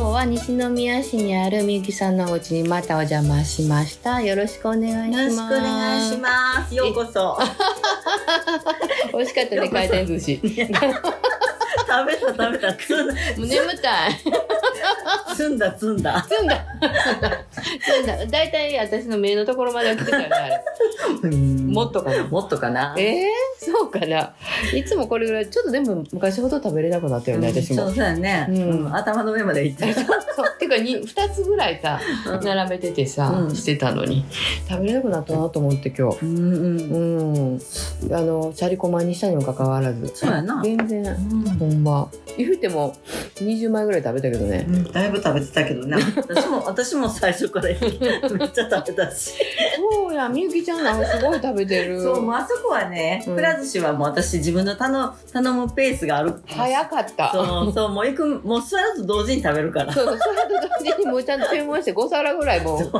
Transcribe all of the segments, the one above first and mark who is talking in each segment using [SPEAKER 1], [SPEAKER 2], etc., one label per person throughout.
[SPEAKER 1] は西宮市にあるみゆきさんのお家にまたお邪魔しました。よろしくお願いします。
[SPEAKER 2] よろしくお願いします。ようこそ。
[SPEAKER 1] 美味しかったね、回転寿司。
[SPEAKER 2] 食べた食べた。つん
[SPEAKER 1] もう眠 たい。
[SPEAKER 2] つん だつんだ。
[SPEAKER 1] 済んだ。済んだ。だいたい私の目のところまで来てたよね、あれ。もっとかな。
[SPEAKER 2] もっとかな。
[SPEAKER 1] えー、そうかな。いつもこれぐらい、ちょっとでも昔ほど食べれなくなったよね、私
[SPEAKER 2] そ
[SPEAKER 1] も
[SPEAKER 2] う。だね、
[SPEAKER 1] うん
[SPEAKER 2] うん頭の上まで行ってる。
[SPEAKER 1] そうてかに2つぐらいさ並べててさ、
[SPEAKER 2] うん
[SPEAKER 1] してたのに食べれなくなったなと思って今日
[SPEAKER 2] うんう。
[SPEAKER 1] うんんあのシャリコマにしたにもかかわらず
[SPEAKER 2] そうやな。
[SPEAKER 1] 全然
[SPEAKER 2] う
[SPEAKER 1] ほんま言うても20枚ぐらい食べたけどね
[SPEAKER 2] ん、だいぶ食べてたけどね。私も、私も最初からめっちゃ食べたし。
[SPEAKER 1] そうやみゆきちゃんなんかすごい食べてる
[SPEAKER 2] そう、もうあそこはね、
[SPEAKER 1] うん
[SPEAKER 2] くら寿司はもう私自分の頼頼むペースがある。
[SPEAKER 1] 早かったそう
[SPEAKER 2] そう、そう、もう行く、もう座ると同時に食べるから。
[SPEAKER 1] そうそれと同時にもうちゃんと注文して5皿ぐらいもう
[SPEAKER 2] そう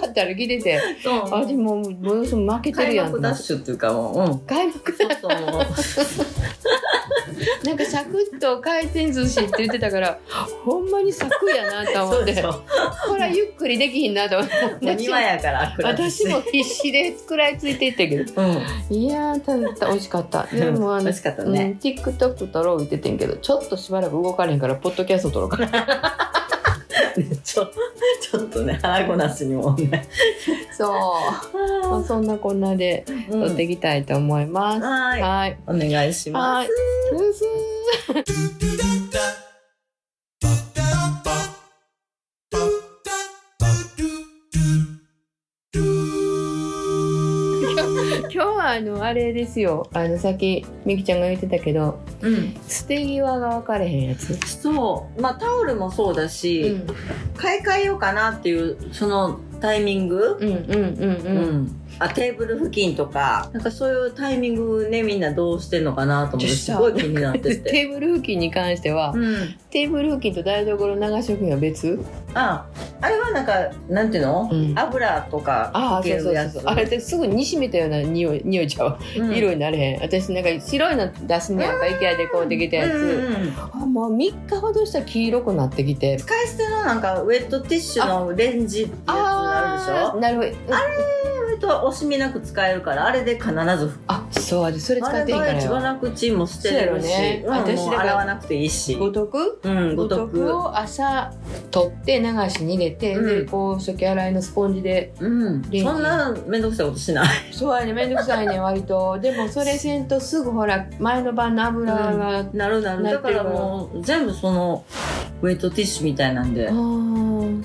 [SPEAKER 1] 座ったら来てて
[SPEAKER 2] そう
[SPEAKER 1] 味もうもうすぐ負けてる
[SPEAKER 2] 開
[SPEAKER 1] やん
[SPEAKER 2] 幕ダッシュっていうかもう、うん。
[SPEAKER 1] 開幕
[SPEAKER 2] そうそうもう。
[SPEAKER 1] なんかサクッと回転寿司って言ってたからほんまにサクやなと思
[SPEAKER 2] そ
[SPEAKER 1] っ
[SPEAKER 2] うで
[SPEAKER 1] て
[SPEAKER 2] しょ。
[SPEAKER 1] これはゆっくりできひんなと思って
[SPEAKER 2] もう庭やから、くら寿
[SPEAKER 1] 私
[SPEAKER 2] 司
[SPEAKER 1] も必死で食らいついていったけど
[SPEAKER 2] うん。
[SPEAKER 1] いやー食べた美味しか ったでもあ
[SPEAKER 2] 美
[SPEAKER 1] の
[SPEAKER 2] 味しかった
[SPEAKER 1] うん、
[SPEAKER 2] ね。
[SPEAKER 1] TikTok 撮ろう言っててんけどちょっとしばらく動かれへんからポッドキャスト撮ろう かな
[SPEAKER 2] ちょ、ちょっとね、腹ごなしにもね。
[SPEAKER 1] そう、まあ、そんなこんなで
[SPEAKER 2] うん
[SPEAKER 1] 撮っていきたいと思います、
[SPEAKER 2] はい。
[SPEAKER 1] はい
[SPEAKER 2] お願いしま
[SPEAKER 1] はいう
[SPEAKER 2] す。
[SPEAKER 1] すー今日はあのあれですよあのさっきみきちゃんが言ってたけど
[SPEAKER 2] うん。
[SPEAKER 1] 捨て際が分かれへんやつ、
[SPEAKER 2] そう。まあ、タオルもそうだし、買い替えようかなっていう、そのタイミング。
[SPEAKER 1] うんうんうん
[SPEAKER 2] う
[SPEAKER 1] うん、
[SPEAKER 2] ん。あ、テーブル付近とか、なんかそういうタイミングね、みんなどうしてんのかなと思って、
[SPEAKER 1] 実
[SPEAKER 2] す
[SPEAKER 1] は
[SPEAKER 2] ごい気になってて。
[SPEAKER 1] テーブル付近に関しては、
[SPEAKER 2] うん。
[SPEAKER 1] テーブル付近と台所流し置きは別
[SPEAKER 2] あ、あれはなんか、なんていうの
[SPEAKER 1] うん
[SPEAKER 2] 油とか
[SPEAKER 1] ああ
[SPEAKER 2] かけ
[SPEAKER 1] そうそ
[SPEAKER 2] る
[SPEAKER 1] う
[SPEAKER 2] や
[SPEAKER 1] そう
[SPEAKER 2] つ
[SPEAKER 1] そう。あれってすぐにしめたような匂い匂いちゃう、
[SPEAKER 2] うん
[SPEAKER 1] 色になれへん私なんか白いの出すのやんか IKEA でこうできたやつ、
[SPEAKER 2] うんうんうん
[SPEAKER 1] あもう3日ほどしたら黄色くなってきて
[SPEAKER 2] 使い捨てのなんかウェットティッシュのレンジってやつあるでし
[SPEAKER 1] あー
[SPEAKER 2] ょ
[SPEAKER 1] なるほどあ
[SPEAKER 2] それとは惜しみなく使えるからあれで必ず
[SPEAKER 1] あそうでそれ使
[SPEAKER 2] あ
[SPEAKER 1] っていいか
[SPEAKER 2] れが
[SPEAKER 1] ら
[SPEAKER 2] 一番
[SPEAKER 1] よ
[SPEAKER 2] 楽ちんも捨てれる
[SPEAKER 1] そ
[SPEAKER 2] し、
[SPEAKER 1] うやろね
[SPEAKER 2] うん
[SPEAKER 1] 私
[SPEAKER 2] もう
[SPEAKER 1] だから
[SPEAKER 2] 洗わなくていいし
[SPEAKER 1] ごとく
[SPEAKER 2] うんごとく
[SPEAKER 1] を朝取って流しに入れて、
[SPEAKER 2] うん
[SPEAKER 1] でこう初期洗いのスポンジで
[SPEAKER 2] うん
[SPEAKER 1] ジ
[SPEAKER 2] そんな面倒くさいことしない
[SPEAKER 1] そうやねめんどくさ いね割とでもそれせんとすぐほら前の晩の油が、
[SPEAKER 2] なる
[SPEAKER 1] なっ
[SPEAKER 2] なる
[SPEAKER 1] て
[SPEAKER 2] だ
[SPEAKER 1] る
[SPEAKER 2] からもう全部そのウェットティッシュみたいなんで
[SPEAKER 1] ああ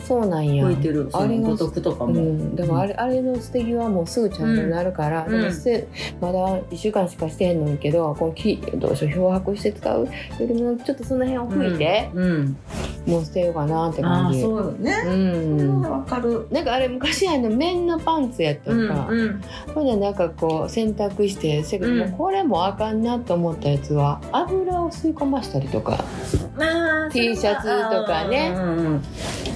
[SPEAKER 1] そうなんや
[SPEAKER 2] 置いてるそ
[SPEAKER 1] あれ
[SPEAKER 2] の
[SPEAKER 1] が
[SPEAKER 2] ごとくとか
[SPEAKER 1] う
[SPEAKER 2] も、
[SPEAKER 1] ん、でもあれ,、あれの捨て際もうすぐちゃんとなるから、
[SPEAKER 2] うん
[SPEAKER 1] でも捨てまだ1週間しかしてへんのにけどこの木どうしよう漂白して使うよりもちょっとその辺を拭いて、
[SPEAKER 2] うん
[SPEAKER 1] もう捨てようかなって
[SPEAKER 2] あ
[SPEAKER 1] 感
[SPEAKER 2] あ
[SPEAKER 1] じ
[SPEAKER 2] そうよね、
[SPEAKER 1] うん
[SPEAKER 2] わかる
[SPEAKER 1] なんかあれ昔あの綿のパンツやった
[SPEAKER 2] うん
[SPEAKER 1] んか、
[SPEAKER 2] うん
[SPEAKER 1] ほんでなんかこう洗濯してせやけど
[SPEAKER 2] うん
[SPEAKER 1] もうこれもあかんなと思ったやつは油を吸い込ましたりとか
[SPEAKER 2] まあ
[SPEAKER 1] T シャツとかね
[SPEAKER 2] うんうんうん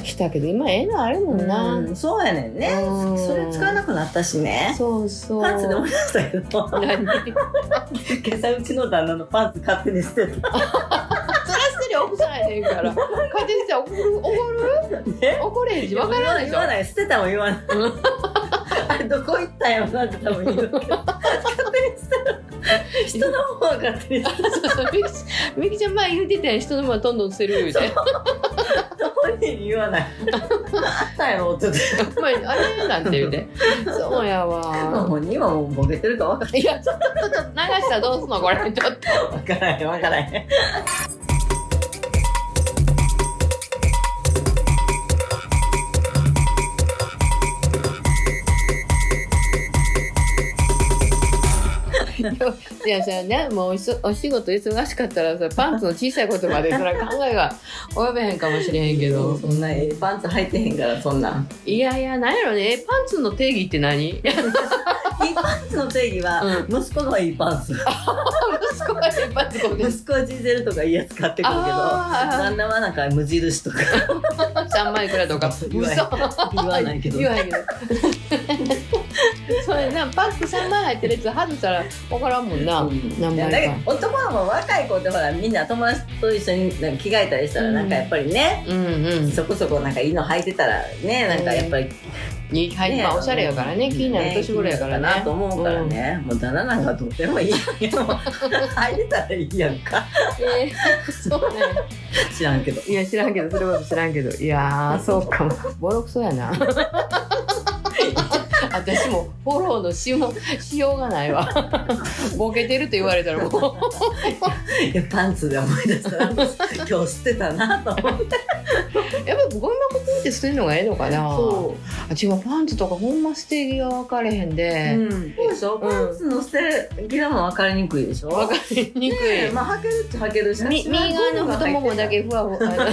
[SPEAKER 1] したけど今ええのあるもんな、
[SPEAKER 2] うん、そうやねんね、
[SPEAKER 1] うん
[SPEAKER 2] それ使わなくなったしね
[SPEAKER 1] そうそう
[SPEAKER 2] パンツで思い出したけど今
[SPEAKER 1] 何
[SPEAKER 2] 朝うちの旦那のパンツ勝手に捨てた
[SPEAKER 1] そらすり奥さんやねんから家庭して怒る怒る
[SPEAKER 2] ね
[SPEAKER 1] 怒れへんし分からないでし
[SPEAKER 2] 言
[SPEAKER 1] ょ
[SPEAKER 2] わない捨てたも言 わないあれどこ行ったんやろなって多分言うけど勝手に捨てる人の方が勝手に捨てる
[SPEAKER 1] そう そうみきちみきちゃん前言うてたやん人のものどんどん捨てる言うて
[SPEAKER 2] 本人に言わないあったんやろちょっと
[SPEAKER 1] お前あれなんて言う てそうやわ
[SPEAKER 2] 本人はもうボケてるか分か
[SPEAKER 1] いやちょっとちょっと流したらどうすんのこれちょっと
[SPEAKER 2] らん分からへん分からへん
[SPEAKER 1] いやそれねもうおしお仕事忙しかったらさパンツの小さいことまでそら考えが及べへんかもしれへんけど
[SPEAKER 2] そんなええパンツ履いてへんからそんなん
[SPEAKER 1] いやいやなんやろねパンツの定義って何 息
[SPEAKER 2] いいパンツの定義は、息子のいいパンツ
[SPEAKER 1] 子がいっぱいつこうです
[SPEAKER 2] 息子はジーゼルとかいいやつ買ってくるけど
[SPEAKER 1] あー
[SPEAKER 2] 旦那はなんか無印とか
[SPEAKER 1] 3枚くらいとか嘘
[SPEAKER 2] 言わないけど
[SPEAKER 1] 言わへんけどそうやなパック3枚入ってるやつ外したら分からんもんな、
[SPEAKER 2] うん
[SPEAKER 1] 何
[SPEAKER 2] だけ
[SPEAKER 1] 枚か
[SPEAKER 2] ど男の子若い子ってほらみんな友達と一緒になんか着替えたりしたらなんかやっぱりね、
[SPEAKER 1] うんうん
[SPEAKER 2] そこそこなんかいいの履いてたらねなんかやっぱり、
[SPEAKER 1] いいはい、
[SPEAKER 2] ね
[SPEAKER 1] まあおしゃれやからね気になる年頃やからね
[SPEAKER 2] なと思うからね、もう旦那なんかどうでもいいやけど履いてたらいいやんか
[SPEAKER 1] うん、えーそうね
[SPEAKER 2] 知らんけど
[SPEAKER 1] いや知らんけどそれこそ知らんけどいやーそうかもボロクソやな 私もフォローのしようしようがないわボケてると言われたらも
[SPEAKER 2] いやパンツで思い出 したら今日捨てたなと思って
[SPEAKER 1] うやっぱりゴミ箱ポンって捨てるのがええのかなあ違うパンツとかほんま捨て着が分かれへん
[SPEAKER 2] う
[SPEAKER 1] で、
[SPEAKER 2] ん、そうでしょ、
[SPEAKER 1] ん
[SPEAKER 2] パンツの捨て着だもん分かりにくいでしょ
[SPEAKER 1] 分かりにくい、
[SPEAKER 2] ねえまあ履けるっちゃ履けるし
[SPEAKER 1] み右側の太ももだけふわふわ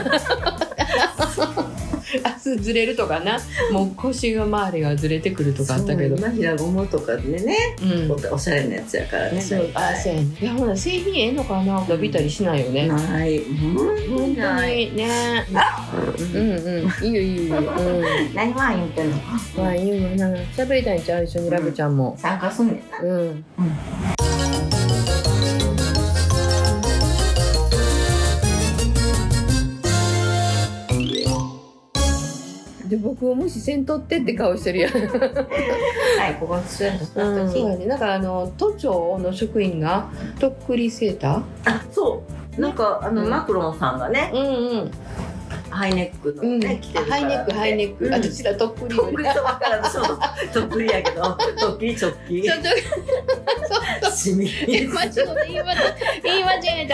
[SPEAKER 1] 足ずれるとかなもう腰が周りがずれてくるとかあったけど
[SPEAKER 2] そう今平ゴムとかでね、
[SPEAKER 1] うん
[SPEAKER 2] おしゃれなやつやからね
[SPEAKER 1] そうあそうやねいやほら製品ええのかな伸びたりしないよね、
[SPEAKER 2] ないほ
[SPEAKER 1] 本
[SPEAKER 2] ん
[SPEAKER 1] 当
[SPEAKER 2] とない
[SPEAKER 1] にねう
[SPEAKER 2] う
[SPEAKER 1] ん
[SPEAKER 2] ん
[SPEAKER 1] うんいいよいいよ、うん、
[SPEAKER 2] 何万言ってんの
[SPEAKER 1] まあいいよなんか喋りたいんちゃう一緒にラブちゃんも
[SPEAKER 2] 参加すんねんな
[SPEAKER 1] うん、で僕を無視せんとってって顔してるやん
[SPEAKER 2] はいここ出演した時、
[SPEAKER 1] そうやね。なんかあの都庁の職員がとっくりセータ
[SPEAKER 2] あそうなんかあの、
[SPEAKER 1] うん
[SPEAKER 2] マクロンさんがね
[SPEAKER 1] ー？うん
[SPEAKER 2] ハイネックの
[SPEAKER 1] うん。
[SPEAKER 2] ね、着てるか
[SPEAKER 1] ハ
[SPEAKER 2] ら
[SPEAKER 1] イネックハイネック。
[SPEAKER 2] うん
[SPEAKER 1] あちらとっくり
[SPEAKER 2] とっくりとわからん私もとっくりや けどとっきりちょっきり
[SPEAKER 1] ちょっと
[SPEAKER 2] しみ
[SPEAKER 1] え間違って言い間違え言い間違え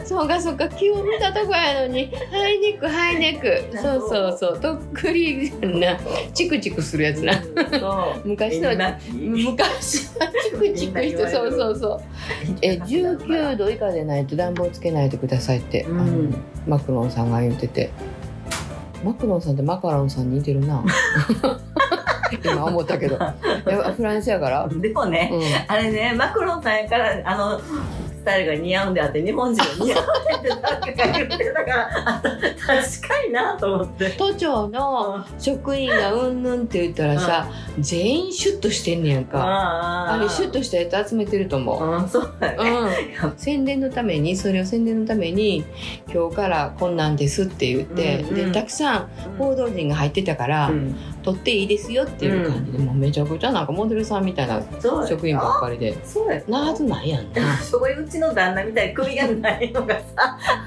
[SPEAKER 1] た。そうかそうか気を見たとこやのにハイネックハイネック。そうそうそうとっくりなチクチクするやつな。
[SPEAKER 2] そう
[SPEAKER 1] 昔の
[SPEAKER 2] エニマキ
[SPEAKER 1] 昔はチクチクしてそうそうそう。え19度以下でないと暖房つけないでくださいって、
[SPEAKER 2] うん
[SPEAKER 1] あのマクロンさんが言っててマクロンさんってマカロンさんに似てる な今思ったけどやっぱフランスやから、うん、
[SPEAKER 2] でもね、あれね、マクロンさんやから、あの、スタイルが似合うんであって、日本人が似合うって誰かが言ってたから、あ確かになと思って。
[SPEAKER 1] 都庁の職員がうんぬんって言ったらさ、全員シュッとしてんねやんか、
[SPEAKER 2] あ
[SPEAKER 1] あれシュッとしたやつ集めてると思う、
[SPEAKER 2] うん、そうだ
[SPEAKER 1] う
[SPEAKER 2] ね。
[SPEAKER 1] ん、宣伝のためにそれを宣伝のために今日からこんなんですって言って、
[SPEAKER 2] うんう
[SPEAKER 1] で
[SPEAKER 2] ん
[SPEAKER 1] たくさん報道陣が入ってたから、
[SPEAKER 2] うん
[SPEAKER 1] 撮っていいですよっていう感じで、もうめちゃくちゃなんかモデルさんみたいな
[SPEAKER 2] そう
[SPEAKER 1] 職員ばっかりで。
[SPEAKER 2] そうや。
[SPEAKER 1] なはずないやんな。
[SPEAKER 2] そういううちの旦那みたいに首がないのがさ、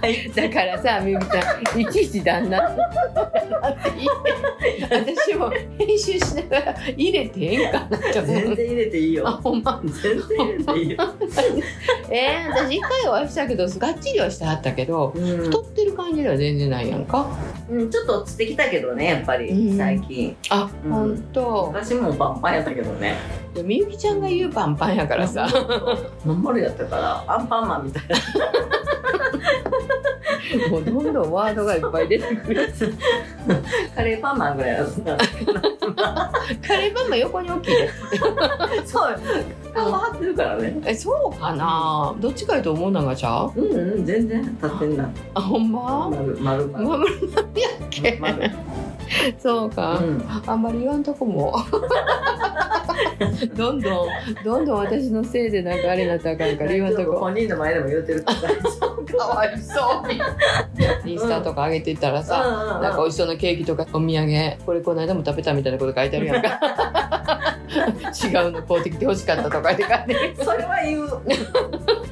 [SPEAKER 2] 入って
[SPEAKER 1] だからさ、みゆきちゃん、いちいち旦那。私も編集しながら入れてええんかなって思
[SPEAKER 2] 全
[SPEAKER 1] う。
[SPEAKER 2] 然入れていい
[SPEAKER 1] あ、
[SPEAKER 2] よ。
[SPEAKER 1] ほんま。
[SPEAKER 2] 全然入れていいよ。
[SPEAKER 1] えー、私一回お会いしたけど、がっちりはしてはったけど、
[SPEAKER 2] うん
[SPEAKER 1] 太ってる感じでは全然ないやんか。
[SPEAKER 2] うん、ちょっと落ちてきたけどね、やっぱ
[SPEAKER 1] う
[SPEAKER 2] り
[SPEAKER 1] ん
[SPEAKER 2] 最近。
[SPEAKER 1] あ、
[SPEAKER 2] うん
[SPEAKER 1] ほんと。
[SPEAKER 2] 私もバンバンやったけどね。
[SPEAKER 1] みゆきちゃんが言うパンパンやからさ。
[SPEAKER 2] まんまるやったから、アンパンマンみたいな。
[SPEAKER 1] もうどんどんワードがいっぱい出てくる。
[SPEAKER 2] カレーパンマンぐらいだった。
[SPEAKER 1] カレーパンも横に大きいで。
[SPEAKER 2] そう、顔張ってるからね。
[SPEAKER 1] え、そうかなどっちかいうと思うなんがちゃう
[SPEAKER 2] うんうん、全然立ってんな。
[SPEAKER 1] あ、ほんま
[SPEAKER 2] 丸丸丸
[SPEAKER 1] マムルなんやっけ
[SPEAKER 2] 丸。
[SPEAKER 1] そうか、
[SPEAKER 2] うん。
[SPEAKER 1] あんまり言わんとこ もどんどんどんどん私のせいでなんかあれになったらあかんから言わんとこ
[SPEAKER 2] 本人の前でも言ってるから大丈
[SPEAKER 1] かわいそうにインスタとか上げてたらさ、
[SPEAKER 2] 夫。
[SPEAKER 1] なんか美味しそうなケーキとかお土産これこの間も食べたみたいなこと書いてあるやんか 違うの買うてきて欲しかったとか言って書いて
[SPEAKER 2] それは言う。う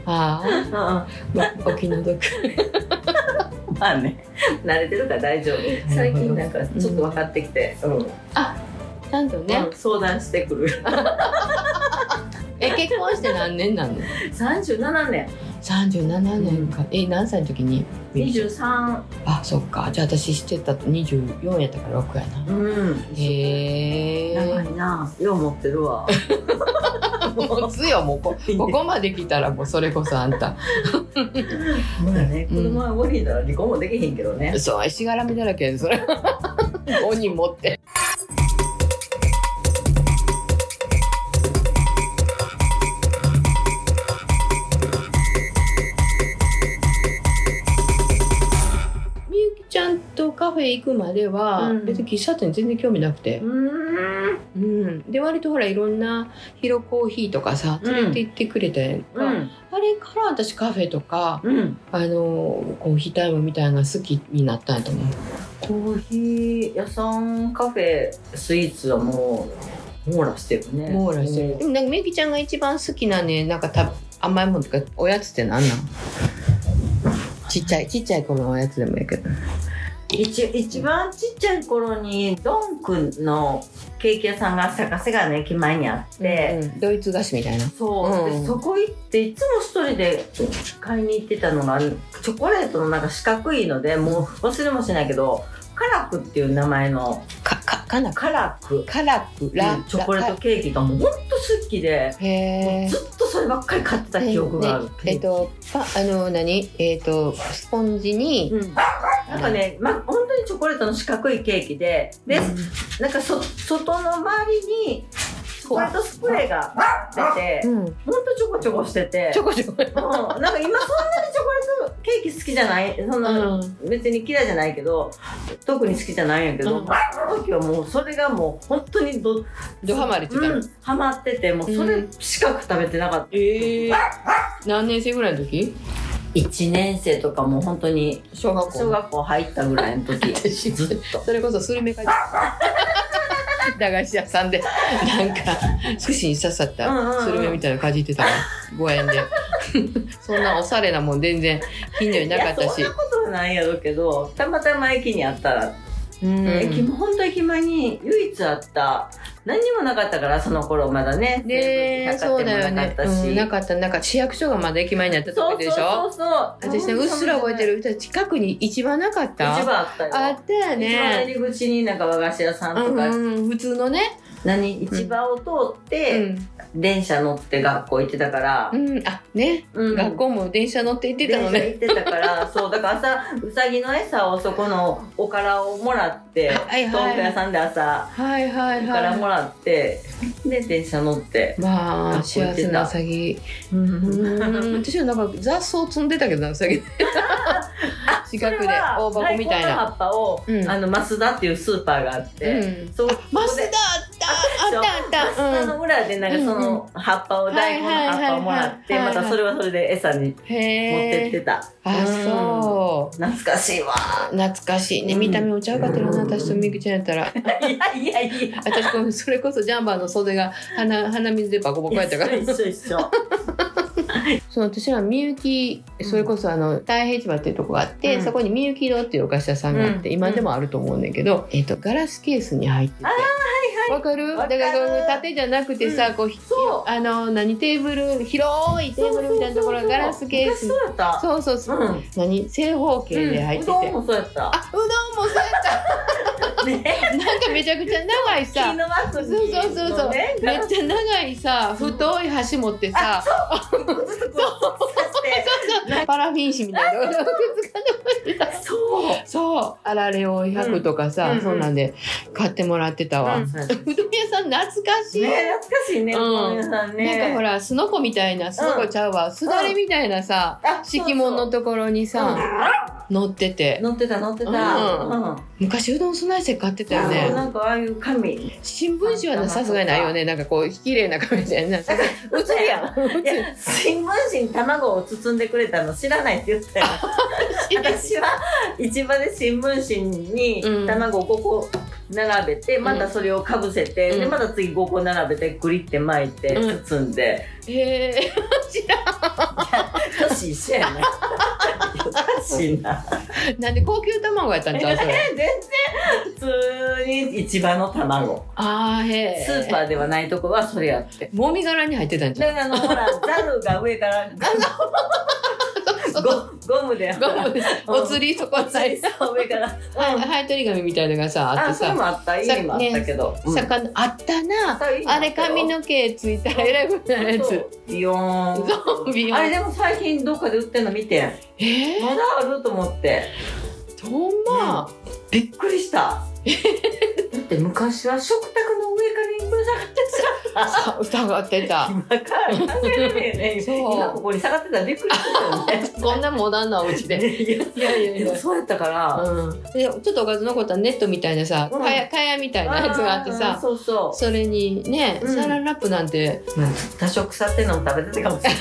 [SPEAKER 1] ああ
[SPEAKER 2] んま
[SPEAKER 1] お気の毒
[SPEAKER 2] あね、慣れてるから大丈夫。最近なんかちょっと分かってきて、うん。
[SPEAKER 1] ちゃんとね、
[SPEAKER 2] うん相談してくる。
[SPEAKER 1] え結婚して何年なの
[SPEAKER 2] 三十七年、
[SPEAKER 1] 37年か、え何歳の時に
[SPEAKER 2] 二十三。
[SPEAKER 1] あそっかじゃあ私知ってたと24やったから6やな
[SPEAKER 2] うん。
[SPEAKER 1] へ
[SPEAKER 2] 長
[SPEAKER 1] え
[SPEAKER 2] いな。よう持って るわ。
[SPEAKER 1] もう強いもうこここまで来たらもうそれこそあんた
[SPEAKER 2] まあね、子供は5人なら離婚もできへんけどね。
[SPEAKER 1] そうしがらみだらけやでそ れ5人持ってみゆきちゃんとかカフェ行くまでは
[SPEAKER 2] うん
[SPEAKER 1] 別に喫茶店全然興味なくて、
[SPEAKER 2] うん
[SPEAKER 1] うん、で割とほらいろんなヒロコーヒーとかさ
[SPEAKER 2] うん
[SPEAKER 1] 連れて行ってくれて、
[SPEAKER 2] うん
[SPEAKER 1] あれから私カフェとか
[SPEAKER 2] うん
[SPEAKER 1] あのコーヒータイムみたいなのが好きになったんやと思う
[SPEAKER 2] コーヒー屋さんカフェスイーツはもう網羅してるね
[SPEAKER 1] 網羅してる、でもなんかみゆきちゃんが一番好きなねなんかた甘いものとかおやつって何なんちっちゃいちっちゃい子のおやつでもいいけど
[SPEAKER 2] 一一番ちっちゃい頃にドンクのケーキ屋さんが坂瀬川の駅前にあって、
[SPEAKER 1] うんドイツ菓子みたいな
[SPEAKER 2] そう、
[SPEAKER 1] うん
[SPEAKER 2] でそこ行っていつも一人で買いに行ってたのがチョコレートのなんか四角いのでもう忘れもしないけどカラクっていう名前の
[SPEAKER 1] かかかな
[SPEAKER 2] カラク
[SPEAKER 1] カラクラ
[SPEAKER 2] チョコレートケーキがもうほんと好きで
[SPEAKER 1] へえ
[SPEAKER 2] ずっとそればっかり買ってた記憶がある、
[SPEAKER 1] えっとパあの何えっとスポンジに、
[SPEAKER 2] うん、なんかね、ま、本当にチョコレートの四角いケーキででなんかそ外の周りにチョコレートスプレーが出て
[SPEAKER 1] うん、うん、
[SPEAKER 2] ほんとちょこちょこしてて
[SPEAKER 1] ちょこちょこ、
[SPEAKER 2] うん、なんか今そんなにチョコレートケーキ好きじゃないそんな、
[SPEAKER 1] うん、
[SPEAKER 2] 別に嫌いじゃないけど特に好きじゃないんやけど、
[SPEAKER 1] うん
[SPEAKER 2] あの時はもうそれがもう本当にど
[SPEAKER 1] ドハマりってた、
[SPEAKER 2] うんハマっててもうそれしか食べてなかった、
[SPEAKER 1] ええ何年生ぐらいの時
[SPEAKER 2] 一1年生とかもう本当に
[SPEAKER 1] 小学校
[SPEAKER 2] 小学校入ったぐらいの時
[SPEAKER 1] 私
[SPEAKER 2] ずっと
[SPEAKER 1] それこそスルメ会駄菓子屋さんでなんか串に刺さっ
[SPEAKER 2] うんうんう
[SPEAKER 1] た
[SPEAKER 2] ん
[SPEAKER 1] スルメみたいなのかじってたわ5円で そんなおしゃれなもん全然近所になかったし
[SPEAKER 2] いやそんなことはないやろうけどたまたま駅にあったら、
[SPEAKER 1] うん
[SPEAKER 2] 駅も本当駅前に唯一あった何にもなかったからその頃まだね
[SPEAKER 1] ねえ
[SPEAKER 2] 西
[SPEAKER 1] そう
[SPEAKER 2] 武百貨店
[SPEAKER 1] だよ
[SPEAKER 2] もなか
[SPEAKER 1] ね
[SPEAKER 2] っ、たし、
[SPEAKER 1] うん、なかったなんか市役所がまだ駅前にあったとこでしょ
[SPEAKER 2] そうそうそうそう
[SPEAKER 1] 私ねうっすら覚えてる私近くに市場なかっ
[SPEAKER 2] 一
[SPEAKER 1] た
[SPEAKER 2] 番あったよ
[SPEAKER 1] あったよ
[SPEAKER 2] 一番入
[SPEAKER 1] ね
[SPEAKER 2] り口になんか和菓子屋さんとか、
[SPEAKER 1] うんうん、普通のね、
[SPEAKER 2] 何市場を通っ
[SPEAKER 1] う
[SPEAKER 2] て、
[SPEAKER 1] ん
[SPEAKER 2] 電車乗って学校行ってたから、
[SPEAKER 1] うん、あね、
[SPEAKER 2] うん
[SPEAKER 1] 学校も電車乗って行ってたのね
[SPEAKER 2] 電車行ってたからそうだから朝うさぎの餌をそこのおからをもらって、
[SPEAKER 1] はいはい
[SPEAKER 2] トンカ屋さんで朝
[SPEAKER 1] はいはい
[SPEAKER 2] お
[SPEAKER 1] は
[SPEAKER 2] か
[SPEAKER 1] い
[SPEAKER 2] らもらってで電車乗って、
[SPEAKER 1] まあ
[SPEAKER 2] 学校行
[SPEAKER 1] 幸
[SPEAKER 2] っ
[SPEAKER 1] せ
[SPEAKER 2] てた
[SPEAKER 1] なウサギうーん私はなんか雑草積んでたけどなウサ ギ近くで大箱みたい
[SPEAKER 2] 大根の葉
[SPEAKER 1] な。
[SPEAKER 2] っぱを、
[SPEAKER 1] うん
[SPEAKER 2] あのマスダっていうスーパーがあっ
[SPEAKER 1] う
[SPEAKER 2] て、
[SPEAKER 1] ん、
[SPEAKER 2] そう
[SPEAKER 1] マスダあったあったあ
[SPEAKER 2] マ
[SPEAKER 1] っ
[SPEAKER 2] ス
[SPEAKER 1] たあっ
[SPEAKER 2] ダ
[SPEAKER 1] た、うん、
[SPEAKER 2] の裏でなんかその葉っぱを、
[SPEAKER 1] うん
[SPEAKER 2] 大根の葉っぱをもらって、
[SPEAKER 1] はいはいはいはい
[SPEAKER 2] またそれはそれで餌に持ってっ
[SPEAKER 1] へ
[SPEAKER 2] て
[SPEAKER 1] え
[SPEAKER 2] た、
[SPEAKER 1] あ
[SPEAKER 2] うん
[SPEAKER 1] そう
[SPEAKER 2] 懐かしいわ
[SPEAKER 1] 懐かしいね
[SPEAKER 2] うん
[SPEAKER 1] 見た目もちゃうかったよな私とみゆきちゃんやったら
[SPEAKER 2] いやいやいや
[SPEAKER 1] 私このそれこそジャンバーの袖が鼻鼻水でバコバコやったから
[SPEAKER 2] 一緒一緒一緒
[SPEAKER 1] そう私はみゆきそれこそあの太平市場っていうとこがあって、
[SPEAKER 2] うん
[SPEAKER 1] そこにみゆき堂っていうお菓子屋さんがあって、
[SPEAKER 2] うん
[SPEAKER 1] 今でもあると思うんだけど、えっとガラスケースに入っててわ、かる
[SPEAKER 2] わかる
[SPEAKER 1] だからこう縦じゃなくてさ、こうひ
[SPEAKER 2] そう
[SPEAKER 1] あの何テーブル広いテーブルみたいなところがガラスケース
[SPEAKER 2] 昔そうやった
[SPEAKER 1] そうそうそう、
[SPEAKER 2] うん
[SPEAKER 1] 何正方形で入ってて、
[SPEAKER 2] うんうどんもそうやった
[SPEAKER 1] あうどんもそうやっ
[SPEAKER 2] ね
[SPEAKER 1] たなんかめちゃくちゃ長いさ
[SPEAKER 2] 木のマス
[SPEAKER 1] そう
[SPEAKER 2] ク
[SPEAKER 1] そうそうそう、
[SPEAKER 2] ね
[SPEAKER 1] めっちゃ長いさ太い箸持ってさ、
[SPEAKER 2] ずっとこう 刺して
[SPEAKER 1] パラフィン紙みたいなのがくっつかんで
[SPEAKER 2] そう
[SPEAKER 1] そうあられを100とかさ、
[SPEAKER 2] うんうんうん
[SPEAKER 1] そんなんで買ってもらってたわ、う
[SPEAKER 2] ね
[SPEAKER 1] どん屋さん懐かしい、
[SPEAKER 2] 懐かしいね、
[SPEAKER 1] うん
[SPEAKER 2] このさんね。
[SPEAKER 1] なんかほらすのこみたいなすのこちゃうわ、すだれみたいなさ
[SPEAKER 2] ら
[SPEAKER 1] 敷物のところにさ、乗ってて
[SPEAKER 2] 乗ってた乗ってた。
[SPEAKER 1] うん
[SPEAKER 2] うん。
[SPEAKER 1] 昔うどん備えして買ってたよ
[SPEAKER 2] あの
[SPEAKER 1] ね
[SPEAKER 2] なんかああいう紙。い
[SPEAKER 1] 新聞紙はなさすがにないよねなんかこう綺麗な紙じゃないなんか映るやん映
[SPEAKER 2] や、新聞紙に卵を包んでくれたの知らないって言っ たよ。私は市場で新聞紙に
[SPEAKER 1] うん
[SPEAKER 2] 卵を5個並べて、またそれをかぶせて、
[SPEAKER 1] うん
[SPEAKER 2] でまた次5個並べてグリって巻いて
[SPEAKER 1] う
[SPEAKER 2] 包んで、
[SPEAKER 1] るへえ知らん
[SPEAKER 2] 年一緒やな。おかしいな。
[SPEAKER 1] なんで高級卵やったんちゃうそ れ
[SPEAKER 2] 全然普通に市場の卵。
[SPEAKER 1] あーへえ
[SPEAKER 2] スーパーではないとこはそれやって。
[SPEAKER 1] もみ殻に入ってたんちゃ
[SPEAKER 2] だ
[SPEAKER 1] う
[SPEAKER 2] からあのほらザルが 上からゴゴムで
[SPEAKER 1] ゴムでお釣りとこ
[SPEAKER 2] ザ
[SPEAKER 1] さ
[SPEAKER 2] ルそう 上から。
[SPEAKER 1] はい、
[SPEAKER 2] うん
[SPEAKER 1] ハエトリ紙みたいなのがさ、あって
[SPEAKER 2] あそれ
[SPEAKER 1] さ、
[SPEAKER 2] もあった意味もあったけど。うん
[SPEAKER 1] 魚、あったな。あれ髪。の毛ついたらえらいことな
[SPEAKER 2] や
[SPEAKER 1] や
[SPEAKER 2] つ
[SPEAKER 1] つ。
[SPEAKER 2] ビヨーン
[SPEAKER 1] ゾンビよ
[SPEAKER 2] あれでも最近どっかで売ってんの見てん
[SPEAKER 1] え
[SPEAKER 2] まだあると思って
[SPEAKER 1] ー、ほんま。
[SPEAKER 2] びっくりしただって昔は食卓の上からぶら下がってさ
[SPEAKER 1] さ疑ってた
[SPEAKER 2] 今から考えられないよ ね
[SPEAKER 1] そう
[SPEAKER 2] 今ここに下がってたらびっくりするよね
[SPEAKER 1] こんなモダンなお家で。
[SPEAKER 2] いや
[SPEAKER 1] いやいや
[SPEAKER 2] でもそうやったから、
[SPEAKER 1] うん、でちょっとおかず残ったネットみたいなさ、
[SPEAKER 2] うん
[SPEAKER 1] かやかやみたいなやつがあって
[SPEAKER 2] ー
[SPEAKER 1] さ
[SPEAKER 2] そうそ
[SPEAKER 1] それにね、
[SPEAKER 2] うん
[SPEAKER 1] サランラップなんて
[SPEAKER 2] う、多少腐ってんのも食べてたかもしれない